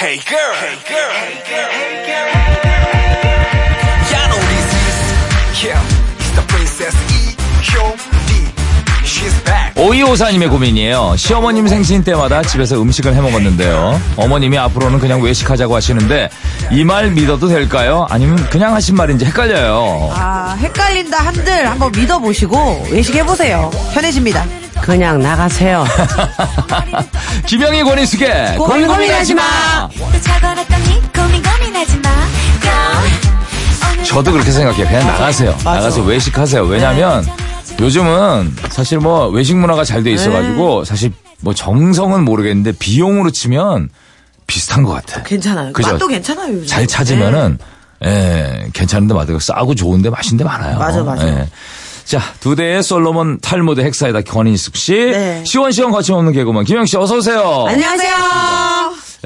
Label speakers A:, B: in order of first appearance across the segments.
A: Hey girl. Hey girl. Hey girl. Hey girl. You know this is yeah. It's the princess E. Show D. She's back.
B: 오이오사님의 고민이에요. 시어머님 생신 때마다 집에서 음식을 해 먹었는데요. 어머님이 앞으로는 그냥 외식하자고 하시는데 이 말 믿어도 될까요? 아니면 그냥 하신 말인지 헷갈려요.
C: 아, 헷갈린다 한들 한번 믿어보시고 외식해보세요. 편해집니다.
D: 그냥 나가세요.
B: 김영희 권인숙의
C: 고민 고민하지 마.
E: 또 적어놨더니 고민 고민하지 마. Go.
B: 저도 그렇게 생각해요. 그냥 나가세요. 나가서 외식하세요. 왜냐면
C: 네.
B: 요즘은 사실 뭐 외식 문화가 잘 돼 있어가지고
C: 네.
B: 사실 뭐 정성은 모르겠는데 비용으로 치면 비슷한 것 같아요.
D: 괜찮아요.
B: 그죠?
D: 맛도 괜찮아요. 요즘.
B: 잘 찾으면은 예, 괜찮은데 맞아요. 싸고 좋은데 맛있는데 많아요.
D: 네. 맞아, 맞아.
B: 예. 자, 두 대의 솔로몬 탈모드 헥사이다 권인숙 씨,
D: 네.
B: 시원시원 거침없는 개그맨 김영 씨 어서 오세요.
D: 안녕하세요.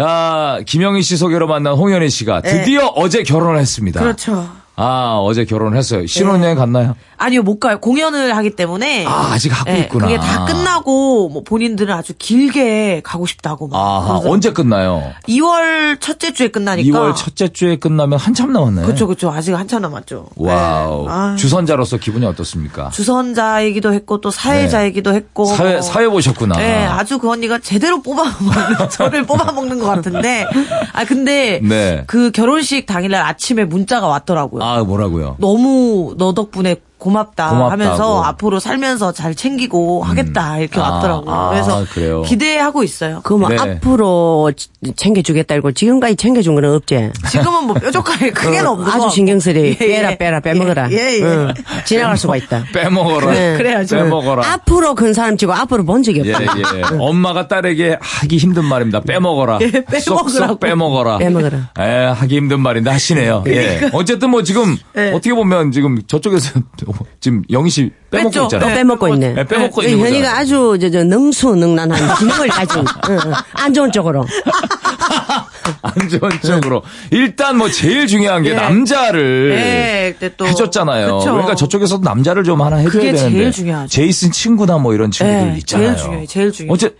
B: 야, 김영희 씨 소개로 만난 홍현희 씨가 드디어 어제 결혼을 했습니다.
D: 네. 그렇죠. 네.
B: 아, 어제 결혼을 했어요. 신혼여행 갔나요?
D: 아니요, 못 가요. 공연을 하기 때문에.
B: 아, 아직 하고
D: 네,
B: 있구나.
D: 그게 다 끝나고 뭐 본인들은 아주 길게 가고 싶다고 막.
B: 아하,
D: 그래서
B: 언제 끝나요?
D: 2월 첫째 주에 끝나니까.
B: 2월 첫째 주에 끝나면 한참 남았네.
D: 그쵸, 그쵸. 아직 한참 남았죠.
B: 와우.
D: 네. 아,
B: 주선자로서 기분이 어떻습니까?
D: 주선자이기도 했고 또 사회자이기도 했고. 뭐.
B: 사회, 사회 보셨구나.
D: 네, 아주 그 언니가 제대로 뽑아먹는, 저를 뽑아먹는 것 같은데. 아, 근데.
B: 네.
D: 그 결혼식 당일날 아침에 문자가 왔더라고요.
B: 아, 뭐라고요?
D: 너무 너 덕분에 고맙다
B: 고맙다고.
D: 하면서 앞으로 살면서 잘 챙기고 하겠다 이렇게
B: 아,
D: 왔더라고요.
B: 아,
D: 그래서
B: 그래요.
D: 기대하고 있어요.
F: 그럼
B: 네.
F: 앞으로 지- 챙겨주겠다 이거 지금까지 챙겨준 거는 없지. 어,
D: 지금은 뭐 뾰족하게
B: 그
D: 크게는 없는 것
F: 아주
D: 같고.
F: 신경쓰레
D: 예, 예.
F: 빼라 빼라 빼먹어라.
D: 예, 예.
F: 응. 지나갈 수가 있다.
B: 빼먹어라.
F: 네.
D: 그래야죠.
B: 빼먹어라.
F: 앞으로 큰 사람 치고 앞으로 본 적이
B: 예,
F: 없다.
B: 예. 엄마가 딸에게 하기 힘든 말입니다. 빼먹어라.
D: 빼먹으라고.
B: 쏙쏙 빼먹어라.
F: 빼먹어라.
B: 예, 하기 힘든 말인데 하시네요. 예. 어쨌든 뭐 지금 어떻게 보면 지금 저쪽에서 지금 영희 씨 빼먹고
D: 뺐죠.
B: 있잖아요.
F: 또 빼먹고 있네.
B: 예, 빼먹고
F: 그
B: 있는 거잖아요.
F: 현이가 아주 저, 저 능수능란한 기능을 가진 응, 응. 안 좋은 쪽으로.
B: 안전적으로 일단 뭐 제일 중요한 게 남자를
D: 예, 그때 또-
B: 해줬잖아요.
D: 그쵸.
B: 그러니까 저쪽에서도 남자를 좀 하나 해줘야
D: 그게 제일
B: 되는데
D: 중요하죠.
B: 제이슨 친구나 뭐 이런 친구들
D: 예,
B: 있잖아요.
D: 제일 중요해요, 제일 중요해요.
B: 어째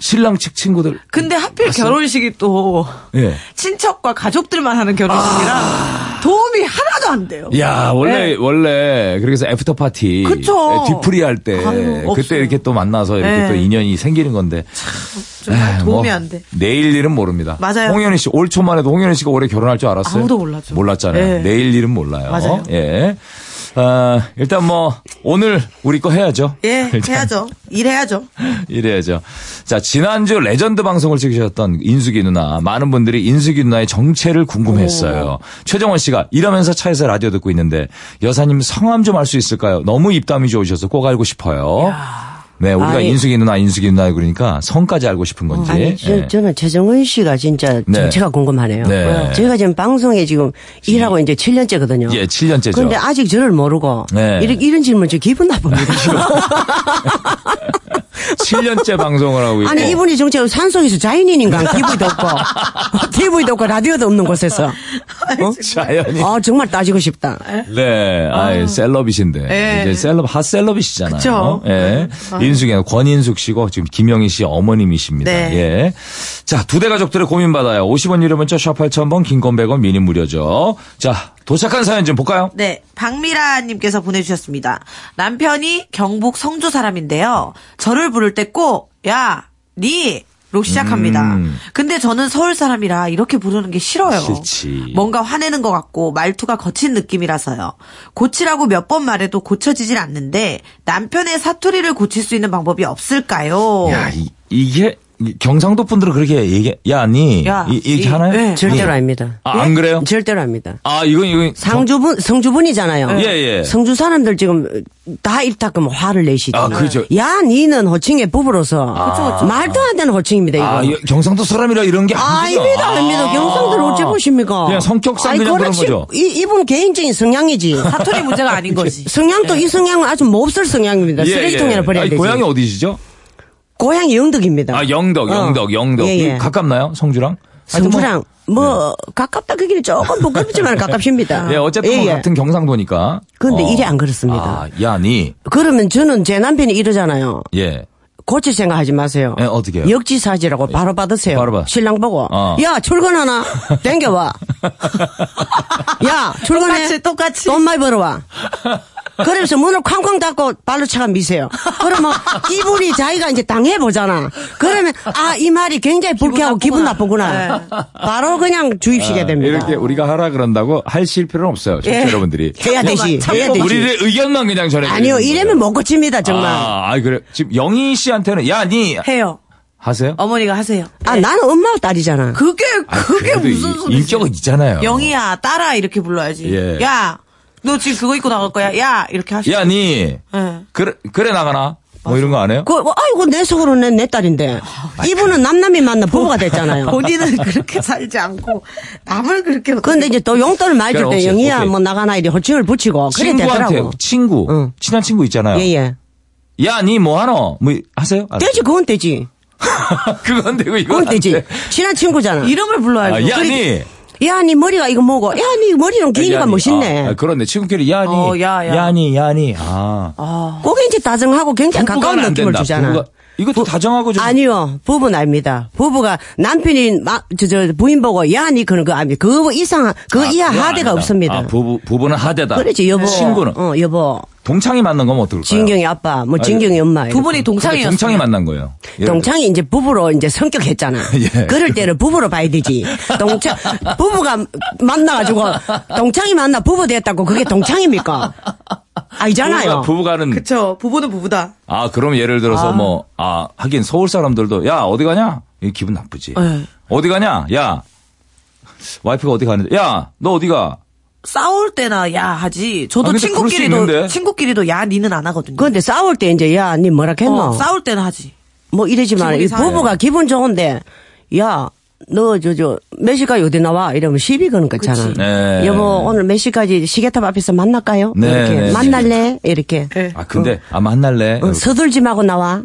B: 신랑 측 친구들
D: 근데 하필 결혼식이 또
B: 예. 아.
D: 친척과 가족들만 하는 결혼식이라 도움이 하나도 안 돼요.
B: 야 원래 원래 그렇게 해서 애프터 파티
D: 예. 그쵸.
B: 예, 뒤풀이 할 때
D: 아유,
B: 그때
D: 없어요.
B: 이렇게 또 만나서 이렇게
D: 예.
B: 또 인연이 생기는 건데
D: 정말
B: 에이,
D: 아, 도움이
B: 뭐
D: 안 돼.
B: 내일 일은 모릅니다.
D: 맞아요.
B: 홍현희 씨 올 초만 해도 홍현희 씨가 올해 결혼할 줄 알았어요.
D: 아무도 몰랐죠.
B: 몰랐잖아요.
D: 예.
B: 내일 일은 몰라요.
D: 맞아요.
B: 예. 아, 일단 뭐 오늘 우리 거 해야죠.
D: 예,
B: 일단
D: 해야죠. 일해야죠.
B: 이래야죠. 자, 지난주 레전드 방송을 찍으셨던 인숙이 누나. 많은 분들이 인숙이 누나의 정체를 궁금했어요. 최정원 씨가 일하면서 차에서 라디오 듣고 있는데 여사님 성함 좀 알 수 있을까요? 너무 입담이 좋으셔서 꼭 알고 싶어요. 네, 우리가
F: 아니.
B: 인숙이 누나, 인숙이 누나 그러니까 성까지 알고 싶은 건지.
F: 아니, 저,
B: 예.
F: 저는 최정은 씨가 진짜
B: 네.
F: 정체가 궁금하네요.
B: 네.
F: 저희가 지금 방송에 지금 일하고 이제 7년째거든요.
B: 예, 7년째죠.
F: 그런데 아직 저를 모르고
B: 네.
F: 이런, 이런 질문 저 기분 나쁩니다.
B: 7년째 방송을 하고 있고.
F: 아니 이분이 정체로 산속에서 자연인인가 TV도 없고 TV도 없고 라디오도 없는 곳에서
B: 어? 자연이.
F: 아 정말 따지고 싶다.
B: 네, 아, 셀럽이신데
D: 예.
B: 이제 셀럽 핫 셀럽이시잖아요.
D: 그쵸.
B: 예, 인숙이 권인숙 씨고 지금 김영희 씨 어머님이십니다.
D: 네.
B: 예, 자 두 대 가족들의 고민 받아요. 50원 유료 문자 샵 8,000번, 긴건 100원, 미니 무료죠. 자 도착한 사연 좀 볼까요?
D: 네, 박미라님께서 보내주셨습니다. 남편이 경북 성주 사람인데요. 저를 부를 때 꼭 야, 니! 로 시작합니다. 근데 저는 서울 사람이라 이렇게 부르는 게 싫어요.
B: 음. 싫지.
D: 뭔가 화내는 것 같고 말투가 거친 느낌이라서요. 고치라고 몇 번 말해도 고쳐지질 않는데 남편의 사투리를 고칠 수 있는 방법이 없을까요?
B: 야 이, 게 경상도 분들은 그렇게 얘기, 야 아니
D: 야,
B: 이, 렇게
D: 이,
B: 하나요?
D: 예.
F: 네, 절대로 아닙니다.
B: 아, 안 그래요?
F: 절대로 아닙니다.
B: 아 이건 이건
F: 상주분 성주분이잖아요.
B: 예, 예.
F: 성주 사람들 지금 다 일타면 화를 내시지.
B: 아, 그죠.
F: 야, 니는 호칭의 부부로서 말도 안 되는 호칭입니다.
B: 아,
F: 이거.
B: 예, 경상도 사람이라 이런 게 아니죠.
F: 아닙니다, 아닙니다. 경상들 어째 보십니까?
B: 그냥 성격상 그냥 그런
F: 그렇지.
B: 거죠.
F: 이, 이분 개인적인 성향이지.
D: 사투리 문제가 아닌 거지. 예.
F: 성향도 이 성향은 아주 몹쓸 성향입니다.
B: 예,
F: 쓰레기통에나
B: 예.
F: 버려야
B: 아니,
F: 되지.
B: 고향이 어디시죠?
F: 고향이 영덕입니다.
B: 아 영덕
F: 어.
B: 영덕 영덕
F: 예, 예.
B: 이 가깝나요 성주랑? 하여튼 뭐-
F: 성주랑 뭐 가깝다 그기는 조금 부끄럽지만 가깝습니다.
B: 예 어쨌든 뭐
F: 예, 예.
B: 같은 어. 아. 경상도니까.
F: 그런데 일이 안 그렇습니다.
B: 아, 야니
F: 그러면 저는 제 남편이 이러잖아요.
B: 예.
F: 고칠 생각하지 마세요.
B: 예, 어떻게요? 예.
F: 역지사지라고 바로 받으세요.
B: 바로 받-
F: 신랑 보고.
B: 어.
F: 야, 출근하나? 땡겨와. 야, 출근해.
D: 똑같이, 똑같이.
F: 돈 많이 벌어와. 그래서 문을 쾅쾅 닫고 발로 차가 미세요. 그러면 이분이 자기가 이제 당해보잖아. 그러면 아, 이 말이 굉장히 불쾌하고 기분
D: 기분
F: 나쁘구나. 네.
D: 나쁘구나.
F: 바로 그냥 주입시게 됩니다.
B: 아,
F: 예.
B: 이렇게 우리가 하라 그런다고 하실 필요는 없어요. 청취자 여러분들이.
F: 해야 되지.
D: 참고만,
F: 해야 되지.
B: 우리의 의견만 그냥 전해.
F: 아니요, 이러면 못 고칩니다, 정말.
B: 아, 아이, 그래. 지금 영희 씨한테는 야, 니
D: 해요.
B: 하세요?
D: 어머니가 하세요.
F: 아, 나는 엄마 딸이잖아.
D: 그게
B: 아,
D: 그게
B: 그래도
D: 무슨
B: 이-
D: 소리지?
B: 인격은 있잖아요.
D: 영희야 따라 이렇게 불러야지.
B: 어. 예.
D: 야, 너 지금 그거 입고 나갈 거야. 야, 이렇게 하시.
B: 야, 니
D: 예.
B: 그래 그래 나가나? 뭐 이런 거 안 해요?
F: 그, 뭐, 아이고, 내 속으로 는 내 딸인데.
B: 아,
F: 이분은 남남이 만나 부부가 됐잖아요.
D: 본인은 그렇게 살지 않고 남을 그렇게.
F: 근데 이제 또 용돈을 많이 줄
B: 그래,
F: 때
B: 없어요.
F: 영희야,
B: 오케이.
F: 뭐 나가나 이리 호칭을 붙이고. 그래
B: 친구한테
F: 되더라고.
B: 친구
F: 응.
B: 친한 친구 있잖아요.
F: 예, 예.
B: 야, 니 뭐 하노? 뭐 이- 하세요? 안
F: 되지, 그건 되지.
B: 하세요? 그건 되고 이건
F: 그건
B: 안
F: 되지.
B: 돼.
F: 친한 친구잖아.
D: 이름을 불러야지.
B: 아, 야, 니
F: 야, 니 머리가 이거 뭐고. 야, 니 머리는
B: 야,
F: 기니까
B: 니.
F: 멋있네.
B: 아, 아, 그렇네. 친구끼리 야니.
D: 어, 야, 야.
B: 니 야니. 아.
F: 그게 이제 다정하고 굉장히
B: 부부간
F: 어, 가까운
B: 안
F: 느낌을
B: 된다.
F: 주잖아.
B: 부부가- 이것도 다정하고 좀
F: 아니요, 부부는 압니다. 부부가 남편이 막, 저, 저, 부인 보고, 야, 니 그런 거 압니다. 그거 이상, 그거
B: 아,
F: 이하
B: 그건
F: 하대가
B: 아니다.
F: 없습니다.
B: 아, 부부 부부는 하대다.
F: 그러지, 여보.
B: 친구는
F: 어, 여보.
B: 동창이 만난 거면 어떨까요?
F: 진경이 아빠, 뭐
B: 아니,
F: 진경이 엄마.
D: 두 분이 동창이었어.
B: 동창이 만난 거예요. 예를 들어.
F: 동창이 이제 부부로 이제 성격했잖아.
B: 예.
F: 그럴 때는 부부로 봐야 되지. 동창 부부가 만나가지고 동창이 만나 부부 됐다고 그게 동창입니까? 아니잖아요.
B: 부부가, 부부가는
D: 그쵸. 부부는 부부다.
B: 아 그럼 예를 들어서 뭐 아 하긴 서울 사람들도 야 어디 가냐? 이 기분 나쁘지.
D: 네.
B: 어디 가냐? 야 와이프가 어디 가는데? 야 너 어디 가?
D: 싸울 때나 야 하지.
B: 아,
D: 저도
B: 근데 그럴 수 있는데.
D: 친구끼리도 친구끼리도 야 니는 안 하거든요.
F: 그런데 싸울 때 이제 야, 니 뭐라 했노?
D: 어, 싸울 때는 하지.
F: 뭐 이러지만
D: 기분이
F: 이
D: 상해요.
F: 부부가 기분 좋은데 야. 너 저 저 몇 시까지 어디 나와 이러면 시비 거는 거잖아.
D: 그치.
B: 네.
F: 여보 오늘 몇 시까지 시계탑 앞에서 만날까요?
B: 네,
F: 이렇게
B: 네.
F: 만날래 이렇게.
D: 네.
B: 아 근데 아 만날래.
F: 어, 서둘지 마고 나와.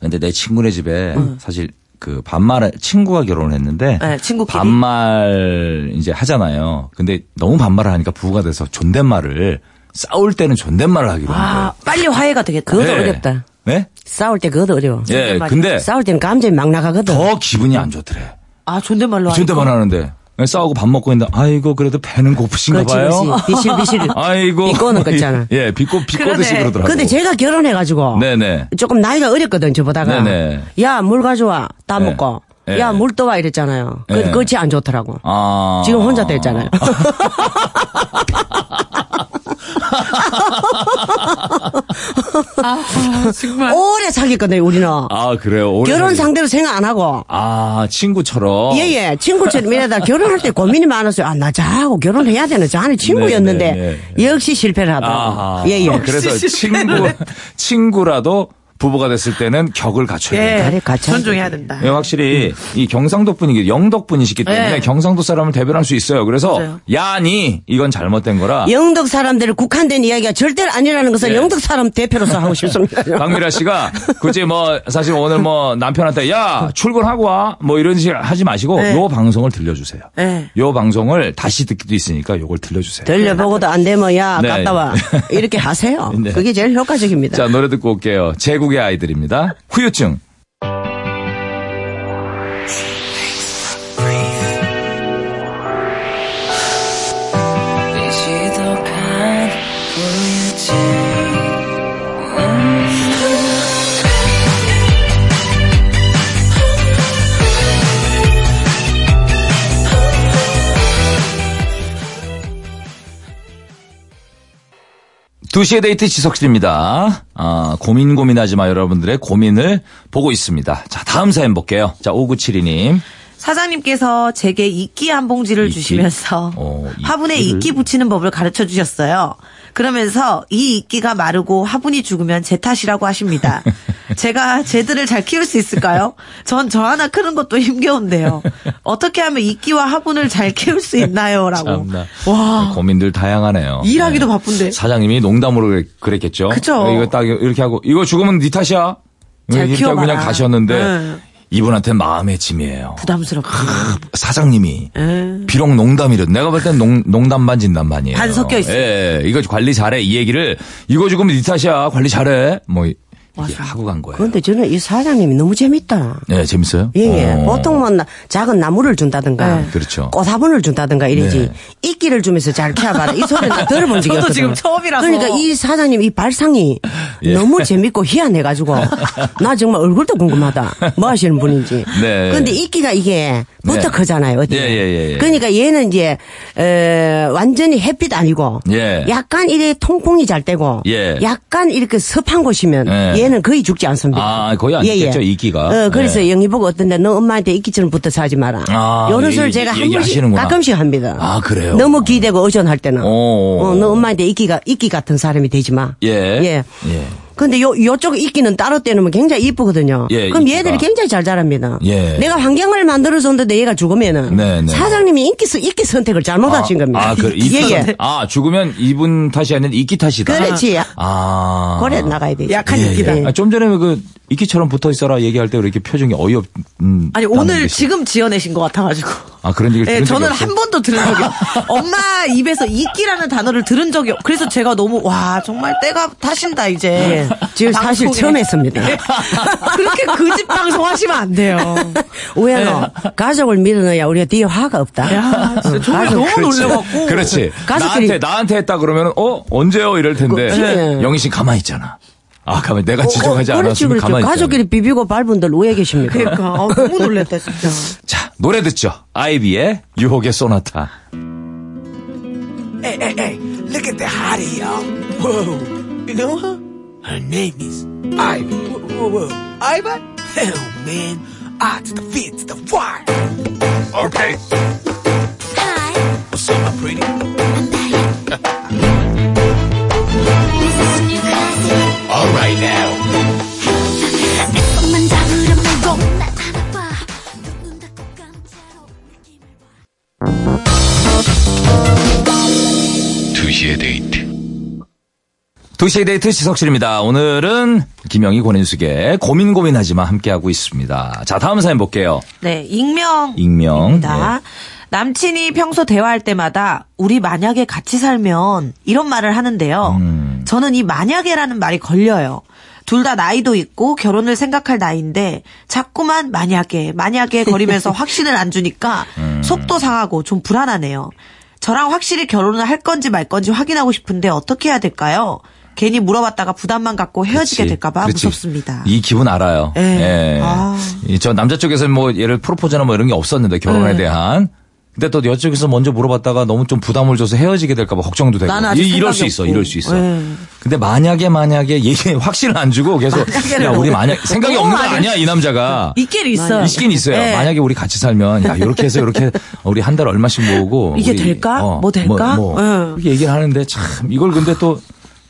B: 근데 내 친구네 집에 사실 그 반말을 친구가 결혼을 했는데
D: 어. 네, 친구끼리.
B: 반말 이제 하잖아요. 근데 너무 반말을 하니까 부부가 돼서 존댓말을 싸울 때는 존댓말을 하기로 한 거예요.
D: 아 빨리 화해가 되겠다.
F: 그것도 어렵다.
B: 네?
F: 싸울 때 그것도 어려워.
B: 예,
D: 존댓말이.
B: 근데
F: 싸울 때는 감정이 막
D: 네.
F: 나가거든.
B: 더 기분이 안 좋더래.
D: 아 존댓말로 하니까.
B: 존댓말 하는데 네, 싸우고 밥 먹고 있는데 아이고 그래도 배는 고프신가
F: 그렇지,
B: 봐요.
F: 그렇지. 비실비실.
B: 아이고
F: 비꼬는 거 있잖아.
B: 예, 비꼬 비꼬듯이
D: 그러네.
B: 그러더라고.
F: 근데 제가 결혼해가지고.
B: 네네.
F: 조금 나이가 어렸거든, 저보다가.
B: 네네.
F: 야, 물 가져와. 따먹고.
B: 네.
F: 야,
B: 네.
F: 물 떠와. 이랬잖아요.
B: 네.
F: 그, 그렇지 안 좋더라고.
B: 아
F: 지금 혼자 됐잖아요.
D: 아, 정말.
F: 오래 사귀었거든요, 우리는.
B: 아 그래요. 오래
F: 결혼
B: 사귀-
F: 상대로 생각 안 하고.
B: 아 친구처럼.
F: 예, 예. 친구처럼 이러다 결혼할 때 고민이 많았어요. 아, 나 저하고 결혼해야 되나? 저는 친구였는데.
B: 네, 네,
F: 역시 실패를 하더라고.
B: 아하.
F: 예, 네. 예.
B: 그래서
D: 역시
B: 친구, 친구라도 부부가 됐을 때는 격을 갖춰야 된다.
F: 나를
D: 예.
F: 같이
D: 존중해야 된다.
B: 예, 확실히
F: 음.
B: 이 경상도 분이 영덕 분이시기 때문에
D: 예.
B: 경상도 사람을 대변할 수 있어요. 그래서
D: 맞아요.
B: 야니 이건 잘못된 거라.
F: 영덕 사람들을 국한된 이야기가 절대로 아니라는 것을
B: 예.
F: 영덕 사람 대표로서 하고 싶습니다.
B: 박미라 씨가 굳이 뭐 사실 오늘 뭐 남편한테 야 출근하고 와 뭐 이런 식 하지 마시고
D: 예.
B: 요 방송을 들려주세요.
D: 예.
B: 요 방송을 다시 듣기도 있으니까 요걸 들려주세요.
F: 들려보고도 안 되면 야
B: 네.
F: 갔다 와 이렇게 하세요.
B: 네.
F: 그게 제일 효과적입니다.
B: 자 노래 듣고 올게요. 제국의 아이들입니다. 후유증.
G: 시도한 후유증
B: 두시의 데이트 지석실입니다. 아, 고민 고민하지 마 여러분들의 고민을 보고 있습니다. 자, 다음 사연 볼게요. 자, 5972님.
D: 사장님께서 제게 이끼 한 봉지를
B: 이끼?
D: 주시면서
B: 어,
D: 화분에
B: 이끼를?
D: 이끼 붙이는 법을 가르쳐 주셨어요. 그러면서 이 이끼가 마르고 화분이 죽으면 제 탓이라고 하십니다. 제가 쟤들을 잘 키울 수 있을까요? 전 저 하나 크는 것도 힘겨운데요. 어떻게 하면 이끼와 화분을 잘 키울 수 있나요? 라고.
B: 참나. 네,
D: 와.
B: 고민들 다양하네요.
D: 아. 일하기도
B: 네.
D: 바쁜데.
B: 사장님이 농담으로 그랬- 그랬겠죠. 네,
D: 그쵸.
B: 이거 딱 이렇게 하고, 이거 죽으면 네 탓이야.
D: 잘
B: 이렇게 하고
D: 키워봐라.
B: 그냥 가셨는데,
D: 네.
B: 이분한테 마음의 짐이에요.
D: 부담스럽고.
B: 사장님이
F: 네.
D: 음.
B: 비록 농담이든 내가 볼 땐 농담 반 진담 반이에요.
D: 반 섞여 있어요.
B: 예, 이거 관리 잘해 이 얘기를 이거 지금 네 탓이야 관리 잘해 뭐 이- 이게 하고 간 거예요.
F: 그런데 저는 이 사장님이 너무 재밌다.
B: 네, 재밌어요?
F: 예, 예.
B: 어.
F: 보통은 나- 작은 나무를 준다든가.
B: 네. 그렇죠.
F: 꽃화분을 준다든가 이러지.
B: 네.
F: 이끼를 주면서 잘 키워봐라. 이 소리는 나 들어본 적이 없어요.
D: 저도 지금 처음이라서.
F: 그러니까 이 사장님 이 발상이
B: 예.
F: 너무 재밌고 희한해가지고. 나 정말 얼굴도 궁금하다. 뭐 하시는 분인지.
B: 네.
F: 근데 이끼가 이게
B: 네.
F: 붙어 크잖아요. 어디.
B: 예, 예, 예, 예.
F: 그러니까 얘는 이제, 에, 완전히 햇빛 아니고.
B: 예.
F: 약간 이래 통풍이 잘 되고.
B: 예.
F: 약간 이렇게 습한 곳이면.
B: 예.
F: 얘는 거의 죽지 않습니다.
B: 아, 거의 안 죽겠죠, 이끼가.
F: 어, 그래서
B: 예.
F: 영희 보고 어떤데 너 엄마한테 이끼처럼 붙어서 하지 마라.
B: 아,
F: 요런
B: 예,
F: 소리 제가 한 번씩
B: 얘기하시는구나.
F: 가끔씩 합니다.
B: 아, 그래요?
F: 너무 기대고 의존할 때는.
B: 오.
F: 어, 너 엄마한테 이끼가 이끼 같은 사람이 되지 마.
B: 예.
F: 예.
B: 예.
F: 근데 요 요쪽 이끼는 따로 떼놓으면 굉장히 이쁘거든요.
B: 예,
F: 그럼
B: 이끼가.
F: 얘들이 굉장히 잘 자랍니다.
B: 예.
F: 내가 환경을 만들어 줬는데 얘가 죽으면은
B: 네, 네.
F: 사장님이 인기 스 이끼 선택을 잘못하신 겁니다.
B: 아, 그래.
F: 예,
B: 이끼-
F: 예.
B: 아, 죽으면 이분 탓이 아닌 이끼 탓이다.
F: 그렇지.
B: 아.
F: 고래 나가야 되지.
D: 약한
B: 예,
D: 이끼다.
B: 예. 아, 좀 전에 그 이끼처럼 붙어 있어라 얘기할 때 왜 이렇게 표정이 어이없. 음,
D: 아니
B: 나는
D: 오늘
B: 듯이.
D: 지금 지어내신 것 같아가지고.
B: 아 그런 얘기를
D: 네,
B: 들은 적이
D: 저는
B: 없어요?
D: 한 번도 들은 적이 없어요. 엄마 입에서 이끼라는 단어를 들은 적이 없. 그래서 제가 너무 와 정말 때가 타신다 이제.
F: 지금 사실
D: 방송에.
F: 처음 했습니다.
D: 그렇게 그 집 방송 하시면 안 돼요.
F: 우연호 가족을 밀어넣어야 우리가 뒤에 화가 없다.
D: 야, 진짜 정말
F: 가족,
D: 너무
F: 그렇지.
D: 놀래갖고.
B: 그렇지.
F: 가족끼리-
B: 나한테 나한테 했다 그러면 어 언제요 이럴 텐데
F: 그렇지. 예.
B: 영희 씨 가만히 있잖아. 아 가만 내가 지적하지
F: 어, 그렇지,
B: 않았으면
F: 그렇죠.
B: 가만히 있잖아.
F: 가족끼리 비비고 밟은 분들 왜 계십니까?
D: 그러니까 아, 너무 놀랬다 진짜.
B: 자 노래 듣죠. 아이비의 유혹의 소나타.
A: Hey, hey, hey, look at the hottie, y'all. Whoa. You know her? Her name is Ivy. Whoa, whoa, whoa. Ivy? Hell, man. I to the V to the Y. Okay.
E: Hi,
A: What's up, my pretty?
E: I'm back. This is new classic.
A: All right now.
E: 손만 잡으려 물고 날 안아봐. 눈 닫고 감은 채로 느낌을 봐.
H: 2시의 데이트
B: 도시의 데이트 시석실입니다. 오늘은 김영희 권인숙의 고민 고민하지마 함께하고 있습니다. 자 다음 사연 볼게요.
D: 네, 익명.
B: 익명. 네.
D: 다 남친이 평소 대화할 때마다 우리 만약에 같이 살면 이런 말을 하는데요.
B: 음.
D: 저는 이 만약에라는 말이 걸려요. 둘 다 나이도 있고 결혼을 생각할 나이인데 자꾸만 만약에 만약에 거리면서 확신을 안 주니까
B: 음.
D: 속도 상하고 좀 불안하네요. 저랑 확실히 결혼을 할 건지 말 건지 확인하고 싶은데 어떻게 해야 될까요? 괜히 물어봤다가 부담만 갖고 헤어지게
B: 그렇지.
D: 될까봐
B: 그렇지.
D: 무섭습니다.
B: 이 기분 알아요.
D: 예.
B: 예.
D: 아.
B: 이저 남자 쪽에서는 뭐 얘를 프로포즈나 뭐 이런 게 없었는데 결혼에
D: 네.
B: 대한. 근데 또 여쪽에서 먼저 물어봤다가 너무 좀 부담을 줘서 헤어지게 될까봐 걱정도 되고.
D: 나는 아직
B: 이, 이럴
D: 생각이
B: 수 있어,
D: 없고.
B: 이럴 수 있어.
D: 예.
B: 근데 만약에 만약에 얘기 확신을 안 주고 계속
D: 만약에를
B: 야 우리
D: 너무-
B: 만약 생각이
D: 너무
B: 없는 거
D: 많이-
B: 아니야 이 남자가
D: 있긴 어, 있어요.
B: 있긴 있어요.
D: 예.
B: 만약에 우리 같이 살면 야 이렇게 해서 이렇게 우리 한 달 얼마씩 모으고
D: 이게
B: 우리-
D: 될까? 뭐 될까?
B: 뭐,
D: 예.
B: 이렇게 얘기를 하는데 참 이걸 근데 또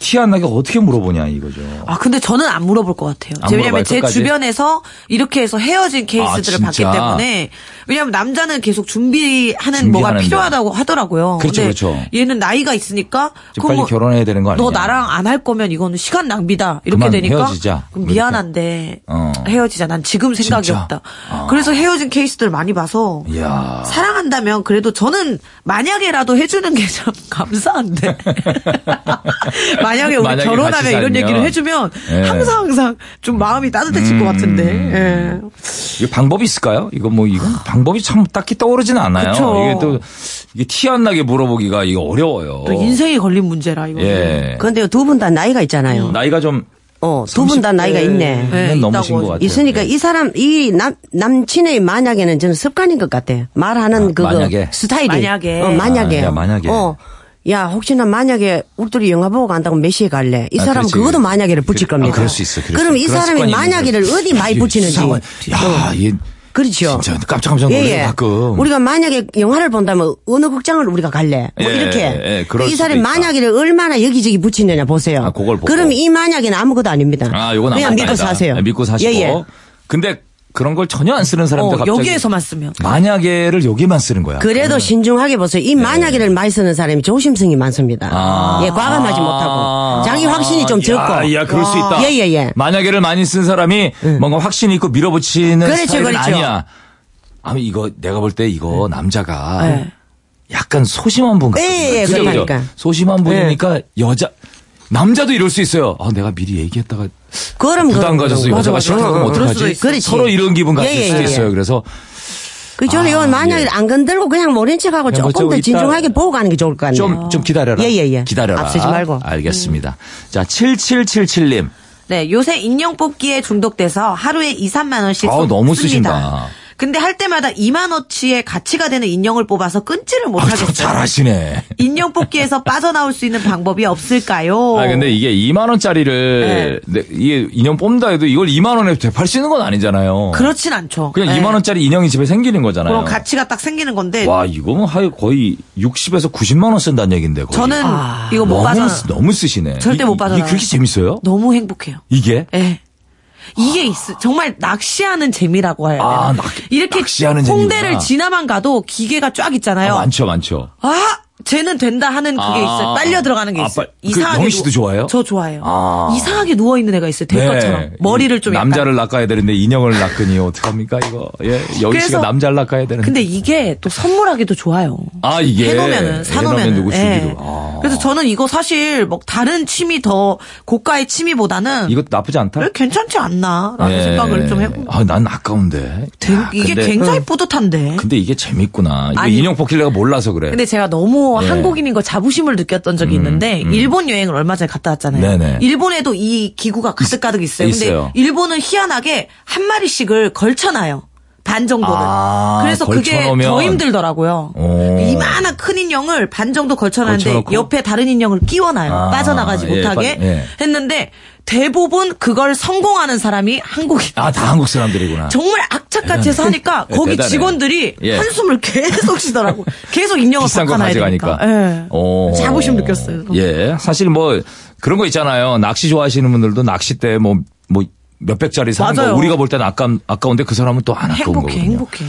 B: 티 안 나게 어떻게 물어보냐 이거죠.
D: 아 근데 저는 안 물어볼 것 같아요.
B: 안
D: 제- 왜냐면
B: 물어봐요,
D: 제
B: 끝까지?
D: 주변에서 이렇게 해서 헤어진 케이스들을
B: 아,
D: 봤기
B: 진짜?
D: 때문에 왜냐면 남자는 계속 준비하는 뭐가
B: 준비하는데.
D: 필요하다고 하더라고요.
B: 그렇죠,
D: 근데
B: 그렇죠.
D: 얘는 나이가 있으니까
B: 지금 빨리
D: 그럼 뭐
B: 결혼해야 되는 거 아니냐?
D: 너 나랑 안 할 거면 이거는 시간 낭비다 이렇게
B: 그만
D: 되니까
B: 헤어지자. 그러니까.
D: 그럼 미안한데
B: 어.
D: 헤어지자. 난 지금 생각이
B: 진짜?
D: 없다.
B: 아.
D: 그래서 헤어진 케이스들 많이 봐서
B: 이야.
D: 사랑한다면 그래도 저는 만약에라도 해주는 게 참 감사한데 만약에 우리
B: 만약에 같이
D: 결혼하면 이런
B: 살면.
D: 얘기를 해주면
B: 예.
D: 항상 항상 좀 마음이 따뜻해질 것 같은데 예.
B: 이게 방법이 있을까요? 이거 뭐 이거
F: 아.
B: 방법이 참 딱히 떠오르지는 않아요.
D: 그쵸.
B: 이게 또 이게 티 안 나게 물어보기가 이거 어려워요.
D: 또 인생이 걸린 문제라 이거
B: 예.
F: 근데 두 분 다 나이가 있잖아요.
B: 음, 나이가 좀
F: 어, 두 분 다 나이가 있네.
D: 네,
B: 네, 넘으신
D: 있다고
B: 것 같아요.
F: 있으니까
B: 예.
F: 이 사람, 이 남, 남친의 만약에는 저는 습관인 것 같아요. 말하는 그거.
B: 만약에.
F: 스타일이.
D: 만약에.
F: 어, 만약에.
B: 아, 야, 만약에.
F: 어. 야, 혹시나 만약에 우리 둘이 영화 보고 간다고 몇 시에 갈래? 이
B: 아,
F: 사람은
B: 그렇지.
F: 그것도 만약에를 붙일
B: 그래. 아,
F: 겁니다.
B: 그럴 수 있어. 그럴
F: 그럼
B: 수 있어.
F: 이
B: 그런
F: 사람이
B: 습관이 있는
F: 만약에를
B: 거지.
F: 어디 많이
B: 이게
F: 붙이는지. 어.
B: 수상한- 야, 얘
F: 그렇죠. 예.
B: 진짜 깜짝깜짝 놀래요 가끔.
F: 우리가 만약에 영화를 본다면 어느 극장을 우리가 갈래? 뭐
B: 예,
F: 이렇게.
B: 예, 그럴
F: 이
B: 수도
F: 사람이
B: 있다.
F: 만약에를 얼마나 여기저기 붙이느냐 보세요.
B: 아, 그걸 보고.
F: 그럼 이 만약에는 아무것도 아닙니다.
B: 아, 요건
F: 그냥
B: 아무것도
F: 믿고
B: 아니다.
F: 사세요.
B: 아, 믿고 사시고.
F: 예, 예.
B: 근데 그런 걸 전혀 안 쓰는 사람들
D: 어,
B: 갑자기
D: 여기에서만 쓰면
B: 만약에를 여기만 쓰는 거야.
F: 그래도 신중하게 보세요. 이 만약에를 많이 쓰는 사람이 조심성이 많습니다.
B: 예. 아.
F: 예, 과감하지 못하고 자기 확신이 좀
B: 야,
F: 적고.
B: 야, 그럴 수 있다.
F: 예, 예, 예.
B: 만약에를 많이 쓴 사람이 뭔가 확신 있고 밀어붙이는
F: 그렇죠,
B: 스타일은
F: 그렇죠.
B: 아니야. 아, 이거 내가 볼 때 이거 남자가
D: 네.
B: 약간 소심한 분 같아요.
F: 예, 예,
B: 그죠, 그죠?
F: 그러니까.
B: 소심한 분이니까 여자 남자도 이럴 수 있어요. 아, 내가 미리 얘기했다가
F: 그럼
B: 부담
F: 그럼,
B: 가져서
F: 그럼.
B: 여자가
F: 맞아, 맞아.
B: 싫다고 하면
F: 그럴 수도
B: 어떡하지?
F: 있어. 그렇지.
B: 서로 이런 기분 가질
F: 예, 예,
B: 수도
F: 예.
B: 있어요. 그래서
F: 그 저는 이건 만약에
B: 예.
F: 안 건들고 그냥 모른 척하고
B: 그냥
F: 조금
B: 멀쩡히
F: 더
B: 있다.
F: 진중하게 보고 가는 게 좋을 것 같네요.
B: 좀, 좀 기다려라.
F: 예, 예, 예.
B: 기다려라.
F: 앞서지 말고. 음.
B: 알겠습니다. 자, 7777님.
D: 네, 요새 인형 뽑기에 중독돼서 하루에 2, 3만 원씩
B: 아우, 너무
D: 씁니다.
B: 쓰신다.
D: 근데 할 때마다 2만 원치의 가치가 되는 인형을 뽑아서 끊지를
B: 아, 참
D: 못하겠어요.
B: 잘하시네.
D: 인형 뽑기에서 빠져나올 수 있는 방법이 없을까요?
B: 아, 근데 이게
D: 네.
B: 2만원짜리를, 이게 인형 뽑는다 해도 이걸 2만원에 되팔 수 있는 건 아니잖아요.
D: 그렇진 않죠.
B: 그냥
D: 네.
B: 2만원짜리 인형이 집에 생기는 거잖아요.
D: 그럼 가치가 딱 생기는 건데
B: 와, 이거 뭐 하여 거의 60에서 90만원 쓴다는 얘기인데. 거의.
D: 저는 이거 못
B: 너무,
D: 빠져.
B: 쓰- 너무 쓰시네.
D: 절대
B: 이-
D: 못
B: 이-
D: 빠져나가요.
B: 이게 그렇게 재밌어요?
D: 너무 행복해요.
B: 이게? 아,
D: 예. 이게 있어. 정말 낚시하는 재미라고 해요.
B: 아, 낚-
D: 이렇게
B: 낚시하는
D: 홍대를
B: 재미구나.
D: 지나만 가도 기계가 쫙 있잖아요.
B: 아,
D: 아,
B: 많죠, 많죠.
D: 쟤는 된다 하는 그게
B: 아,
D: 있어요. 딸려 들어가는 게
B: 아,
D: 있어요.
B: 빨- 그 영희 씨도
D: 누워-
B: 좋아해요?
D: 저 좋아해요.
B: 아.
D: 이상하게 누워 있는 애가 있어요. 대가처럼
B: 네.
D: 머리를 좀 약간.
B: 남자를 낚아야 되는데 인형을 낚으니 어떡합니까 이거 예 여기 씨가
D: 그래서-
B: 남자를 낚아야 되는데
D: 근데 이게 또 선물하기도 좋아요.
B: 아, 이게.
D: 해놓으면은 사놓으면은
B: 해놓으면 누구 주기로.
D: 예.
B: 아.
D: 그래서 저는 이거 사실 뭐 다른 취미 더 고가의 취미보다는
B: 이것도 나쁘지 않다
D: 왜 괜찮지 않나라는
B: 예.
D: 생각을 좀 해보고
B: 아, 난 아까운데
D: 되-
B: 야,
D: 이게
B: 근데-
D: 굉장히 뿌듯한데.
B: 근데 이게 재밌구나 이거
D: 아니.
B: 인형 포킬레가 몰라서 그래
D: 근데 제가 너무
B: 예. 음,
D: 한국인인 거 자부심을 느꼈던 적이 있는데 일본 여행을 얼마 전에 갔다 왔잖아요.
B: 네네.
D: 일본에도 이 기구가 가득가득 있어요. 근데
B: 있어요.
D: 일본은 희한하게 한 마리씩을 걸쳐놔요. 반 정도를.
B: 아,
D: 그래서 그게
B: 걸쳐놓으면.
D: 더 힘들더라고요.
B: 오.
D: 이만한 큰 인형을 반 정도 걸쳐놨는데
B: 걸쳐놓고?
D: 옆에 다른 인형을 끼워놔요.
B: 아,
D: 빠져나가지
B: 예,
D: 못하게
B: 빠- 예.
D: 했는데 대부분 그걸 성공하는 사람이 한국인.
B: 아다 한국 사람들이구나
D: 정말 악착같이 해서 하니까
B: 예,
D: 거기
B: 대단해.
D: 직원들이
B: 예.
D: 한숨을 계속 쉬더라고. 계속 인형을
B: 비싼 거
D: 바꿔놔야
B: 가져가니까.
D: 되니까. 예.
B: 어.
D: 자부심 느꼈어요.
B: 예. 사실 뭐 그런 거 있잖아요. 낚시 좋아하시는 분들도 낚싯대 뭐, 뭐 몇백짜리 사는
D: 맞아요.
B: 거 우리가 볼 때는 아까, 아까운데 그 사람은 또 안 아까운
D: 행복해,
B: 거거든요.
D: 행복해.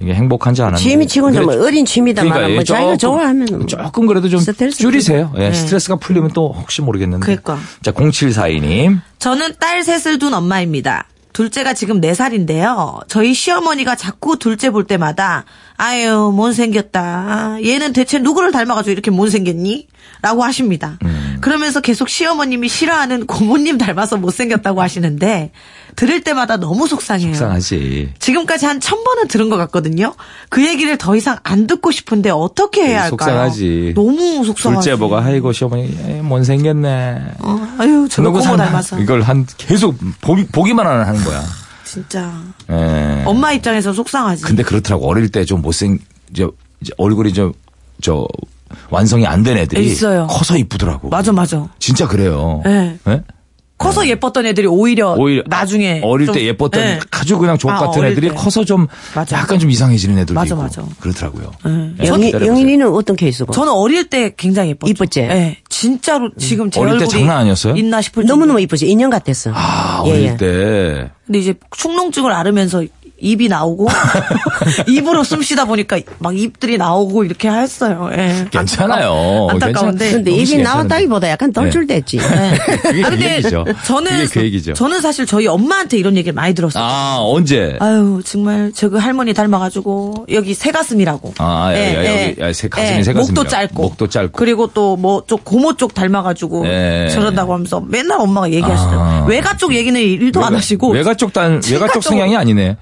B: 이게 행복한지 안 한지.
F: 취미 치고는 좀 어린 취미다만
B: 음, 그러니까
F: 뭐
B: 예,
F: 자기가
B: 조금,
D: 뭐
F: 좋아하면 뭐
B: 조금 그래도 좀
F: 스트레스
B: 줄이세요. 예, 스트레스가 풀리면 또 혹시 모르겠는데.
D: 네. 그러니까. 네.
B: 자, 0742님.
D: 저는 딸 셋을 둔 엄마입니다. 둘째가 지금 4살인데요. 저희 시어머니가 자꾸 둘째 볼 때마다 아유 못생겼다. 아, 얘는 대체 누구를 닮아가지고 이렇게 못생겼니? 라고 하십니다.
B: 음.
D: 그러면서 계속 시어머님이 싫어하는 고모님 닮아서 못생겼다고 하시는데 들을 때마다 너무 속상해요.
B: 이상하지.
D: 지금까지 한 천 번은 들은 것 같거든요. 그 얘기를 더 이상 안 듣고 싶은데 어떻게 해야 할까요?
B: 속상하지.
D: 너무 속상하지.
B: 둘째 뭐가 아이고 시어머니 에이, 못생겼네.
D: 어, 아유 저거
B: 누구
D: 고모
B: 사나?
D: 닮아서.
B: 이걸 한 계속 보기, 보기만 하는 거야.
D: 진짜
B: 예.
D: 엄마 입장에서 속상하지.
B: 근데 그렇더라고 어릴 때 좀 못생 이제, 이제 얼굴이 좀 저 완성이 안 된 애들이
D: 있어요.
B: 커서 이쁘더라고.
D: 맞아 맞아.
B: 진짜 그래요.
D: 예.
B: 예?
D: 커서 예뻤던 애들이 오히려,
B: 오히려 아,
D: 나중에
B: 어릴
D: 좀-
B: 때 예뻤던
D: 예.
B: 아주 그냥 족
D: 아,
B: 같은
D: 어릴
B: 애들이
D: 때.
B: 커서 좀
D: 맞아.
B: 약간 좀 이상해지는 애들도
D: 맞아,
B: 있고
D: 맞아.
B: 그렇더라고요. 예,
F: 영희,
B: 기다려보세요.
F: 영희는 어떤 케이스고?
D: 저는 어릴 때 굉장히 예뻤죠.
F: 이뻤지?
D: 예. 진짜로 지금 제
B: 음. 어릴 때
D: 얼굴이
B: 장난 아니었어요?
D: 있나 싶을 정도.
F: 음. 너무너무 이쁘지? 인형 같았어.
B: 아,
F: 예,
B: 어릴
F: 예.
B: 때
D: 근데 이제 축농증을 앓으면서 입이 나오고 입으로 숨 쉬다 보니까 막 입들이 나오고 이렇게 했어요. 예.
B: 괜찮아요.
D: 안타까운데.
B: 괜찮-
F: 근데
B: 너무
F: 입이
B: 괜찮은데.
F: 나왔다기보다 약간 덜줄됐지
B: 그게 그
D: 네. 아, 근데
B: 얘기죠.
D: 저는
B: 그게 그 얘기죠.
D: 저는 사실 저희 엄마한테 이런 얘기를 많이 들었어요.
B: 아 언제?
D: 아유 정말 저 그 할머니 닮아가지고 여기 새 가슴이라고.
B: 아, 야, 야,
D: 예,
B: 여기,
D: 예.
B: 야, 새 가슴이
D: 예,
B: 새 가슴이라고.
D: 목도 짧고.
B: 목도 짧고.
D: 그리고 또 뭐 쪽 고모 쪽 닮아가지고
B: 예.
D: 저런다고 하면서 맨날 엄마가 얘기하시더라고.
B: 아.
D: 요 외가 쪽 얘기는 일도 안 하시고.
B: 외가 쪽 단, 외가 쪽 성향이 아니네.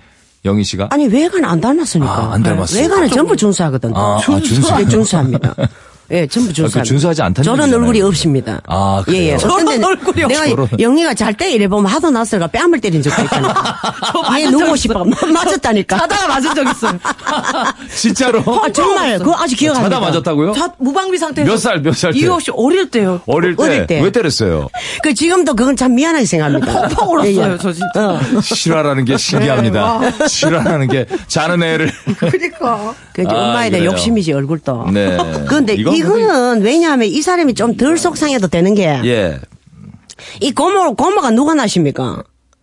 B: 영희 씨가.
F: 아니, 외관 안 닮았으니까.
B: 아, 안 닮았어요.
F: 외관은 전부 준수하거든.
B: 아, 아, 준수해요?
F: 예, 준수합니다. 예, 전부 준수합니다.
B: 준수하지 않다는
F: 저런
B: 얘기잖아요.
F: 얼굴이 없습니다.
B: 아, 그래요?
F: 예, 예.
D: 저런
F: 근데
D: 얼굴이 없-
F: 내가
B: 저런.
F: 영희가 잘 때 이래 보면 하도 낯설가 뺨을 때린 적도 있잖아. 얘 누구 싶어. 맞았다니까.
D: 자다가 맞은 적 있어요.
B: 진짜로?
F: 아, 정말. 그거 아직 기억합니다.
B: 자다 맞았다고요?
D: 자, 무방비 상태에서
B: 몇 살, 몇 살 때?
D: 이유 없이 어릴 때요.
B: 어릴 때.
F: 어릴 때.
B: 왜 때렸어요?
F: 그 지금도 그건 참 미안하게 생각합니다. 예,
D: 펑펑 울었어요, 저 진짜.
B: 실화라는 게 신기합니다. 실화라는 게 자는 애를.
D: 네, 그러니까.
F: 그 이제
B: 아,
F: 엄마에 대한
B: 그래요.
F: 욕심이지 얼굴도.
B: 네.
F: 그런데
B: 이건
F: 이거는 왜냐하면 이 사람이 좀 덜 속상해도 되는 게 이
B: 예.
F: 고모 고모가 누가 나십니까?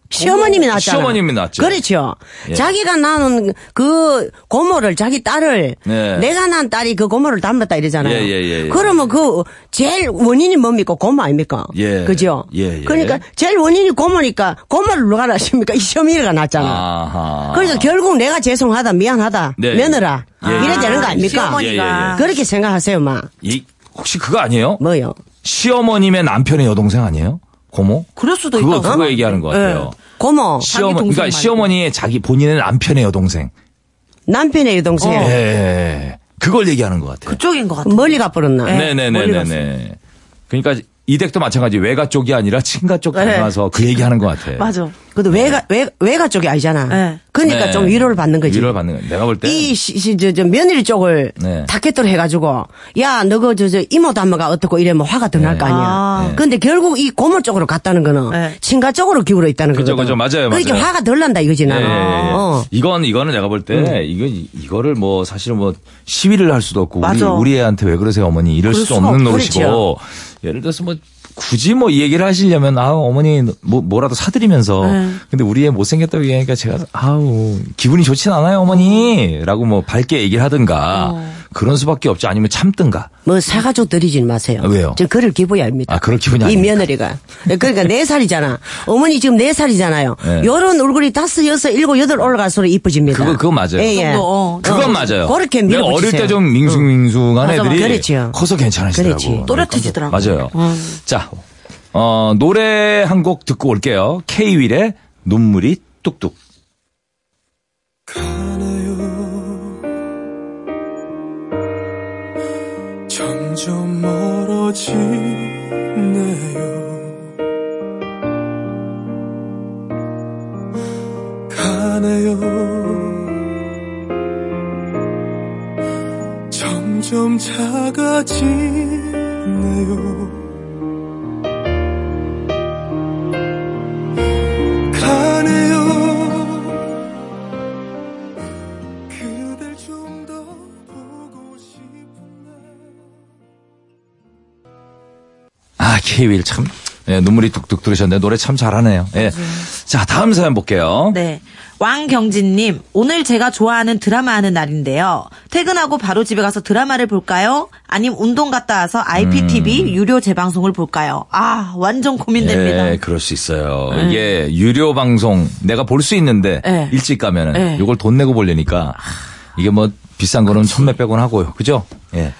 F: 시어머님이 낳았잖아.
B: 시어머님이 낳았죠.
F: 그렇죠.
B: 예.
F: 자기가 낳은 그 고모를 자기 딸을
B: 네.
F: 내가 낳은 딸이 그 고모를 닮았다 이러잖아요.
B: 예, 예, 예, 예.
F: 그러면 그 제일 원인이 뭡니까 고모 아닙니까?
B: 예.
F: 그죠?
B: 예, 예.
F: 그러니까 제일 원인이 고모니까 고모를 누가 낳습니까? 이 시어머니가 낳잖아.
B: 아하.
F: 그래서 결국 내가 죄송하다 미안하다
B: 네.
F: 며느라
B: 예, 예.
F: 이래 되는 거 아닙니까?
D: 시어머니가.
B: 예, 예, 예.
F: 그렇게 생각하세요, 마.
B: 이, 혹시 그거 아니에요?
F: 뭐요?
B: 시어머님의 남편의 여동생 아니에요? 고모?
D: 그럴 수도
B: 그거,
D: 있다고
B: 그거 얘기하는 것 같아요.
F: 예. 고모,
B: 시어머,
D: 동생
B: 그러니까
D: 말고.
B: 시어머니의 자기 본인의 남편의 여동생.
F: 남편의 여동생.
B: 예, 예, 예. 그걸 얘기하는 것 같아요.
D: 그쪽인 것 같아요.
F: 네, 멀리 가버렸나?
B: 네. 네네네네네. 그러니까 이댁도 마찬가지 외가 쪽이 아니라 친가 쪽
D: 네.
B: 닮아서 그 얘기하는 것 같아.
D: 맞아.
F: 그래도 외가, 외, 외가 쪽이 아니잖아.
D: 네.
F: 그러니까
B: 네.
F: 좀 위로를 받는 거지.
B: 위로를 받는 거야. 내가 볼 때.
F: 이, 시, 시- 저, 저, 며느리 쪽을
B: 네.
F: 타겟으로 해가지고, 야, 너그 저, 저, 이모 담화가 어떻고 이러면 화가 더 날
B: 네.
F: 거 아니야.
D: 아.
F: 근데 결국 이 고모 쪽으로 갔다는 거는,
D: 네.
F: 친가 쪽으로 기울어 있다는
B: 그죠, 그죠.
F: 거거든.
B: 맞아요,
F: 그러니까
B: 맞아요.
F: 화가 덜 난다 이거지,
B: 예,
F: 나는.
B: 예, 예.
F: 어.
B: 이건 이거는 내가 볼 때 이거 이거를 뭐 사실은 뭐 시위를 할 수도 없고
D: 맞아.
B: 우리 우리 애한테 왜 그러세요 어머니 이럴
F: 그럴
B: 수도
F: 수가
B: 없는
F: 없-
B: 노릇이고 예를 들어서 뭐 굳이 뭐 이 얘기를 하시려면 아 어머니 뭐 뭐라도 사드리면서 근데 우리 애 못생겼다고 얘기하니까 제가 아우 기분이 좋진 않아요 어머니라고 뭐 밝게 얘기를 하든가 그런 수밖에 없지 아니면 참든가
F: 뭐 사가지고 드리진 마세요.
B: 아, 왜요?
F: 저 그럴 기분이 아닙니다.
B: 아, 그럴 기분이
F: 이
B: 아닙니까?
F: 며느리가. 그러니까 네 살이잖아. 어머니 지금 네 살이잖아요.
B: 네.
F: 요런 얼굴이 다섯, 여섯, 일곱, 여덟 올라갈수록 이뻐집니다.
B: 그거- 그거 맞아요.
F: 예, 예.
D: 그 정도, 어.
B: 그건 맞아요.
F: 그렇게
B: 내가
F: 밀어붙이세요.
B: 어릴 때 좀 밍숭밍숭한
F: 맞아,
B: 애들이
F: 맞아. 그렇지요.
B: 커서 괜찮으시더라고.
F: 그렇지.
D: 또렷해지더라고.
B: 맞아요. 자, 어, 노래 한 곡 듣고 올게요. K-윌의 눈물이 뚝뚝.
G: 가나요? 점점 멀어지네요. 가나요? 점점 작아지네요. 가네요. 그댈 좀 더 보고 싶은 날
B: 아, K-윌 참. 예, 눈물이 뚝뚝 들으셨는데 노래 참 잘하네요. 예. 자, 다음 사연 볼게요.
D: 네. 왕경진님, 오늘 제가 좋아하는 드라마 하는 날인데요. 퇴근하고 바로 집에 가서 드라마를 볼까요? 아님 운동 갔다 와서 IPTV
B: 음.
D: 유료 재방송을 볼까요? 아, 완전 고민됩니다. 네.
B: 예, 그럴 수 있어요. 이게 유료 방송 내가 볼 수 있는데
D: 예.
B: 일찍 가면은
D: 예.
B: 이걸 돈 내고
D: 아.
B: 보려니까 이게 뭐 비싼 거는 천몇백 원 하고요. 그죠? 예.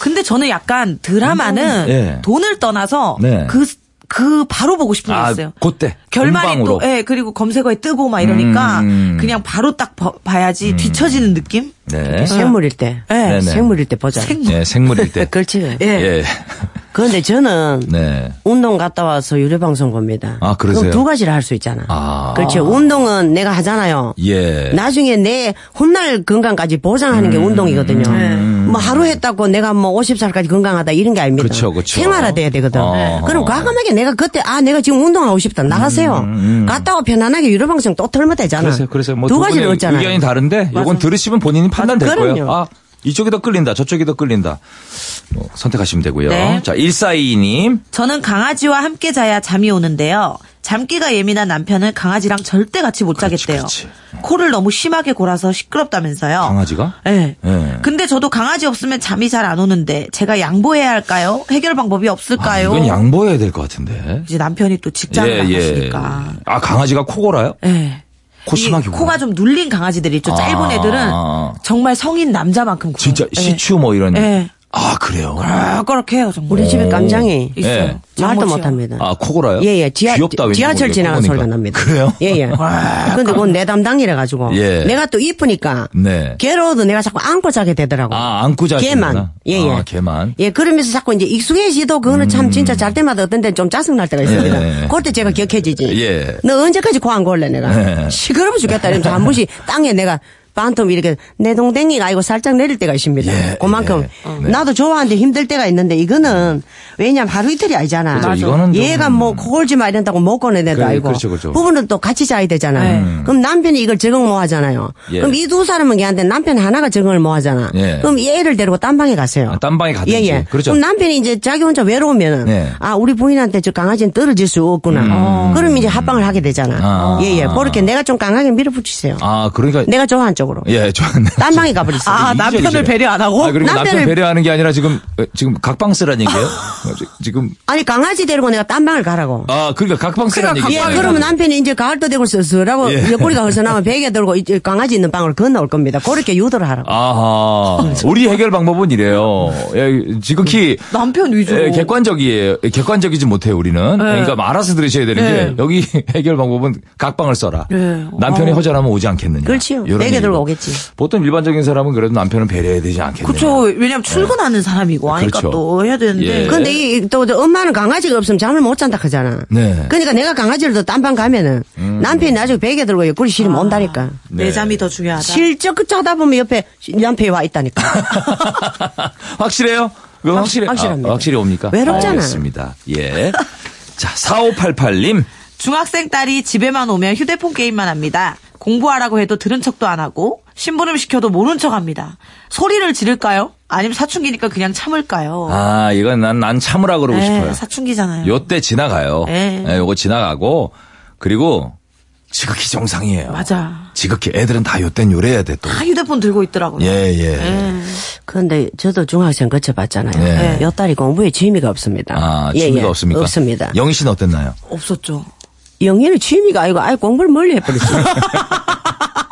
D: 근데 저는 약간 드라마는
B: 예.
D: 돈을 떠나서
B: 네.
D: 그, 그 바로 보고 싶은 게
B: 아,
D: 있어요.
B: 그때
D: 결말이
B: 본방으로.
D: 또, 예, 그리고 검색어에 뜨고 막 이러니까
B: 음.
D: 그냥 바로 딱 봐- 봐야지 뒤처지는 느낌?
B: 네.
F: 생물일 때.
B: 네네.
F: 생물일 때 보자.
D: 생-
B: 예, 생물일 때.
F: 그렇지. 네.
B: 예.
F: 그런데 저는
B: 네.
F: 운동 갔다 와서 유료 방송 봅니다.
B: 아, 그러세요?
F: 그럼 두 가지를 할 수 있잖아.
B: 아.
F: 그렇죠. 운동은 내가 하잖아요.
B: 예. 음.
F: 나중에 내 훗날 건강까지 보장하는 게 운동이거든요.
D: 네.
F: 뭐 하루 했다고 내가 뭐 50살까지 건강하다 이런 게 아닙니다.
B: 그쵸, 그쵸.
F: 생활화돼야 되거든.
B: 어.
F: 그럼 과감하게 내가 그때 아 내가 지금 운동하고 싶다 나가세요. 갔다 와 편안하게 유료 방송 또 틀면 되잖아.
B: 음, 그래서 그래서 뭐두
F: 두 가지를
B: 분의
F: 넣었잖아요.
B: 의견이 다른데 요건 들으시면 본인이 판단될
F: 맞아,
B: 거예요.
F: 그럼요.
B: 아 이쪽이 더 끌린다, 저쪽이 더 끌린다. 뭐 선택하시면 되고요.
D: 네.
B: 자, 1422님.
D: 저는 강아지와 함께 자야 잠이 오는데요. 잠기가 예민한 남편은 강아지랑 절대 같이 못 자겠대요.
B: 그렇지. 음.
D: 코를 너무 심하게 골아서 시끄럽다면서요.
B: 강아지가?
D: 네.
B: 예.
D: 근데 저도 강아지 없으면 잠이 잘 안 오는데 제가 양보해야 할까요? 해결 방법이
B: 아,
D: 없을까요?
B: 이건 양보해야 예, 될 것 같은데.
D: 이제 남편이 또 직장을 나가시니까.
B: 아, 강아지가 코 골아요?
F: 네.
D: 예.
B: 코
D: 이게
B: 심하게 골아요?
D: 코가 좀 눌린 강아지들이 있죠. 짧은
B: 아.
D: 애들은 정말 성인 남자만큼 굴어요.
B: 진짜
F: 네.
B: 시추 뭐 이런.
D: 예.
B: 아, 그래요.
D: 그렇게 해요 정말.
B: 어,
F: 우리 집에 깜장이
B: 예.
D: 있어요.
F: 말도
D: 장모씨요.
F: 못합니다.
B: 아, 코 골아요?
F: 예, 예. 지하,
B: 귀엽다, 왠지
F: 지하철
B: 모르게
F: 지나가는
B: 코
F: 소리가
B: 보니까.
F: 납니다.
B: 그래요?
F: 예, 예. 근데 그건 내 담당이라가지고.
B: 예.
F: 내가 또 이쁘니까.
B: 네.
F: 괴로워도 내가 자꾸 안고 자게
D: 어.
F: 되더라고.
B: 아, 안고 자시는구나.
F: 걔만. 예, 예.
B: 아, 걔만.
F: 예, 그러면서 자꾸 이제 익숙해지도 그거는 참 진짜 잘 때마다 어떤 데는 좀 짜증날 때가 있습니다.
B: 예.
F: 그럴 때 제가 격해지지.
B: 예.
F: 너 언제까지 코 안 골래 내가.
B: 예.
F: 시끄러워 죽겠다 이러면서 한 번씩 땅에 내가 반텀 이렇게 내 동댕이가 아이고 살짝 내릴 때가 있습니다.
B: 예,
F: 그만큼
B: 예.
F: 어. 나도 좋아하는데 힘들 때가 있는데 이거는 왜냐면 하루 이틀이 아니잖아.
B: 그죠, 맞아. 그렇죠. 이거는 좀-
F: 얘가 뭐 코골지 마 이런다고 못 꺼낸 애도
B: 그래,
F: 아니고
B: 그렇죠, 그렇죠. 음.
F: 부부는 또 같이 자야 되잖아요. 그럼 남편이 이걸 적응 못 하잖아요.
B: 예.
F: 그럼 이 두 사람은 걔한테 남편 하나가 적응을 못 하잖아.
B: 예.
F: 그럼 이 애를 데리고 딴 방에 가세요.
B: 아, 딴 방에 가든지.
F: 예, 예.
B: 그렇죠.
D: 음,
F: 그럼 남편이 이제 자기 혼자 외로우면은
B: 네. 음.
F: 아 우리 부인한테 저 강아지는 떨어질 수 없구나. 그럼 이제 합방을 하게 되잖아.
B: 아.
F: 예예. 그렇게 내가 좀 강하게 밀어붙이세요.
B: 아, 그러니까
F: 내가 좋아하는 쪽으로.
B: 예, 좋았네.
F: 딴방에 가버렸어.
D: 네. 아,
B: 이기적이시네.
D: 남편을 배려 안 하고?
B: 아, 그러니까 남편을
F: 남편을-
B: 배려하는 게 아니라 지금 어, 지금 각방 쓰라는 얘기예요? 어, 지- 지금
F: 아니 강아지 데리고 내가 딴방을 가라고.
B: 아, 그러니까 각방 쓰라는
D: 그러니까
B: 얘기예요.
D: 각방을
F: 예, 그러면 남편이 이제 가을도 되고 쓸쓸하고
B: 예.
F: 옆구리가 허선하면 베개 들고 이제 강아지 있는 방을 건너올 겁니다. 그렇게 유도를 하라고.
B: 아하. 우리 해결 방법은 이래요. 예, 지극히
F: 네.
D: 남편 위주로.
B: 예, 객관적이에요. 예, 객관적이지 못해요, 우리는.
F: 네.
B: 그러니까 뭐 알아서 들으셔야 되는
D: 예.
B: 게 여기 해결 방법은 각방을 써라.
D: 예.
B: 남편이 허전하면 오지 않겠느냐.
F: 네. 어. 그렇지요.
B: 요런
F: 내게
B: 얘기고.
F: 들고 오겠지.
B: 보통 일반적인 사람은 그래도 남편은 배려해야 되지 않겠느냐.
D: 그쵸. 그렇죠. 왜냐면 출근하는 사람이고 하니까
B: 예. 그렇죠.
D: 또 해야 되는데.
B: 예.
D: 그-
F: 근데 이, 또, 저 엄마는 강아지가 없으면 잠을 못 잔다 그잖아.
B: 네. 음.
F: 그러니까 내가 강아지를 또 딴방 가면은 남편이 나중에 베개 들고 옆구리 실면
B: 아.
F: 온다니까.
D: 내 잠이 더 중요하다.
F: 실적 짜다 보면 옆에 남편이 와 있다니까.
B: 확실해요? 그건 확실해.
F: 확실합니다.
B: 아, 확실히 옵니까?
F: 외롭잖아.
B: 알겠습니다. 예. 자, 4588님.
D: 중학생 딸이 집에만 오면 휴대폰 게임만 합니다. 공부하라고 해도 들은 척도 안 하고 신부름 시켜도 모른 척합니다. 소리를 지를까요? 아니면 사춘기니까 그냥 참을까요?
F: 어.
B: 아, 이건 난, 난 참으라 그러고
F: 네,
D: 에,
B: 싶어요.
D: 네,
F: 음.
D: 사춘기잖아요.
B: 요때 지나가요.
D: 예.
B: 예, 요거 지나가고, 그리고, 지극히 정상이에요.
D: 맞아.
B: 지극히. 애들은 다 요땐 요래야 돼, 또.
D: 다 휴대폰 들고 있더라고요.
B: 예, 예.
F: 근데 저도 중학생 거쳐봤잖아요. 예,
B: 네.
F: 요 딸이 공부에 취미가 없습니다.
B: 아,
F: 예,
B: 취미가
F: 예.
B: 없습니까?
F: 없습니다.
B: 영희 씨는 어땠나요?
D: 없었죠.
F: 영희는 취미가 아니고 아예 공부를 멀리 해버렸어요.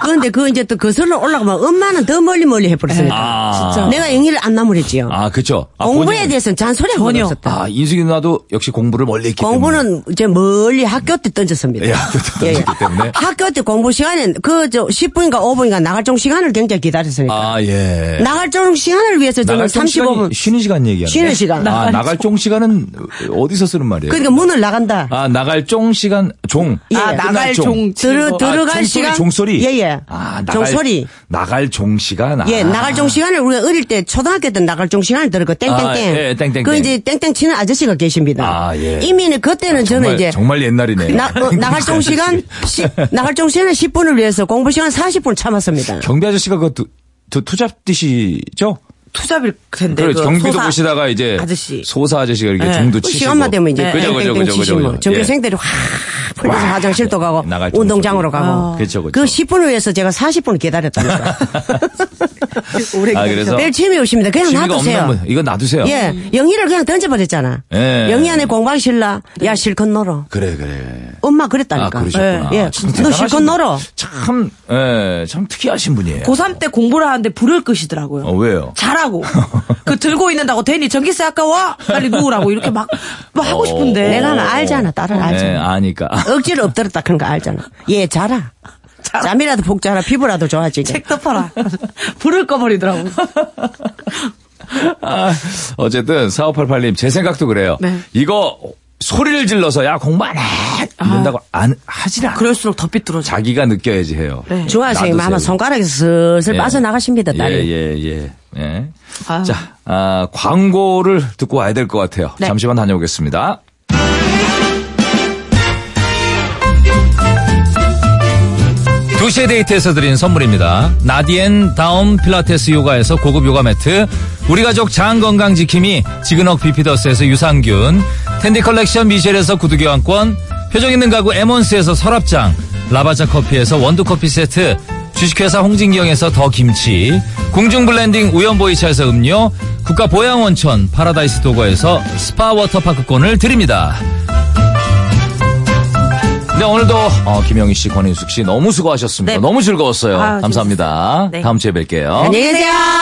F: 그런데 그 이제 또 거슬러 올라가면 엄마는 더 멀리 멀리 해버렸습니다.
B: 아. 진짜.
F: 내가 영희를 안 나무랬지요.
B: 아, 그쵸. 아,
F: 공부에
B: 본인-
F: 대해서는 잔소리 한 번도
D: 전혀.
F: 없었다.
B: 아, 인숙이 누나도 역시 공부를 멀리 했기 때문에.
F: 공부는 이제 멀리 학교 때 던졌습니다.
B: 예, 학교 때 던졌기 때문에.
F: 학교 때 공부 시간엔 그저 10분인가 5분인가 나갈 정 시간을 굉장히 기다렸으니까.
B: 아, 예.
F: 나갈 정 시간을 위해서 저는
B: 나갈 종
F: 35분.
B: 시간이 쉬는 시간 얘기하는
F: 쉬는
B: 거예요?
F: 시간.
B: 아, 나갈 종 시간은 어디서 쓰는 말이에요?
F: 그러니까 문을 나간다.
B: 아, 나갈 종 시간 종.
F: 예.
D: 아,
B: 끝날
D: 나갈 종.
F: 들어,
B: 아,
F: 들어갈
B: 종소리,
F: 시간.
B: 종소리.
F: 예, 예.
B: 아, 나갈,
F: 종소리.
B: 나갈 종 시간. 아.
F: 예, 나갈 종 시간을 우리가 어릴 때 초등학교 때 나갈 종 시간을 들었고 땡땡땡.
B: 아, 예, 땡땡땡.
F: 그 이제 땡땡 치는 아저씨가 계십니다.
B: 아, 예.
F: 이미는 그때는 저는
B: 정말,
F: 이제
B: 정말 옛날이네요.
F: 나, 어, 나갈 종 시간 시, 나갈 종 시간 10분을 위해서 공부 시간 40분 참았습니다.
B: 경비 아저씨가 그거 두, 두, 투잡 뛰시죠?
D: 투잡일
F: 네,
D: 텐데.
B: 그래,
D: 그
B: 경비도
D: 소사
B: 보시다가 이제
D: 아저씨.
B: 소사 아저씨가 이렇게
D: 예.
B: 종도
F: 그
B: 치시고
F: 시간만 되면 이제
B: 네. 그죠 그죠
F: 땡땡땡
B: 그죠
F: 치시면
B: 그죠 예. 네.
F: 전교생들이 확 풀려서 화장실도 가고
B: 나갈 종
F: 운동장으로
B: 소리.
F: 가고
B: 그쵸, 그쵸.
F: 그 10분을 위해서 제가 40분을 기다렸다니까.
D: 오래
B: 아, 그래서
F: 별 취미 없습니다. 그냥
B: 취미가
F: 놔두세요.
B: 없는 분 이건 놔두세요.
F: 예, 영희를 그냥 던져버렸잖아.
B: 예.
F: 영희 안에 공방 실라. 야 실컷 놀어.
B: 그래 그래.
F: 엄마 그랬다니까.
B: 아 그러셨구나.
F: 예, 예.
B: 진짜
F: 너
B: 대단하신
F: 실컷
B: 분.
F: 놀어.
B: 참, 예, 참 특이하신 분이에요.
D: 고3 때 공부를 하는데 불을 끄시더라고요.
B: 어, 왜요?
D: 잘하고. 그 들고 있는다고 대니 전기세 아까워? 빨리 누우라고. 이렇게 막, 막
B: 어,
D: 하고 싶은데.
F: 내가 하면 알잖아. 딸을
B: 예,
F: 알잖아.
B: 아니까.
F: 억지로 엎드렸다 그런 거 알잖아. 얘 자라. 잠이라도 푹 자라. 피부라도 좋아지게.
D: 책 덮어라. 불을 꺼버리더라고.
B: 아, 어쨌든 4588님 제 생각도 그래요.
D: 네.
B: 이거 소리를 질러서 야 공부 안 해. 이런다고 안 하진 않아.
D: 그럴수록 더 삐뚤어져.
B: 자기가 느껴야지 해요.
D: 네.
F: 중학생이면 아마
B: 놔두세요.
F: 손가락에서 슬슬
B: 예.
F: 빠져나가십니다. 딸이.
B: 예, 예, 예. 예.
D: 아유.
B: 자, 아, 광고를 듣고 와야 될 것 같아요.
D: 네.
B: 잠시만 다녀오겠습니다. 두시의 데이트에서 드린 선물입니다. 나디엔 다운 필라테스 요가에서 고급 요가 매트, 우리 가족 장 건강 지킴이 지그넉 비피더스에서 유산균, 텐디 컬렉션 미셸에서 구두 교환권, 표정 있는 가구 에몬스에서 서랍장, 라바자 커피에서 원두 커피 세트, 주식회사 홍진경에서 더 김치, 공중 블렌딩 우연보이차에서 음료, 국가 보양 원천 파라다이스 도거에서 스파 워터파크권을 드립니다. 네, 오늘도 어, 김영희 씨, 권인숙 씨 너무 수고하셨습니다.
D: 네.
B: 너무 즐거웠어요.
D: 아유,
B: 감사합니다.
D: 재밌었어요. 네.
B: 다음 주에 뵐게요.
F: 안녕히 계세요.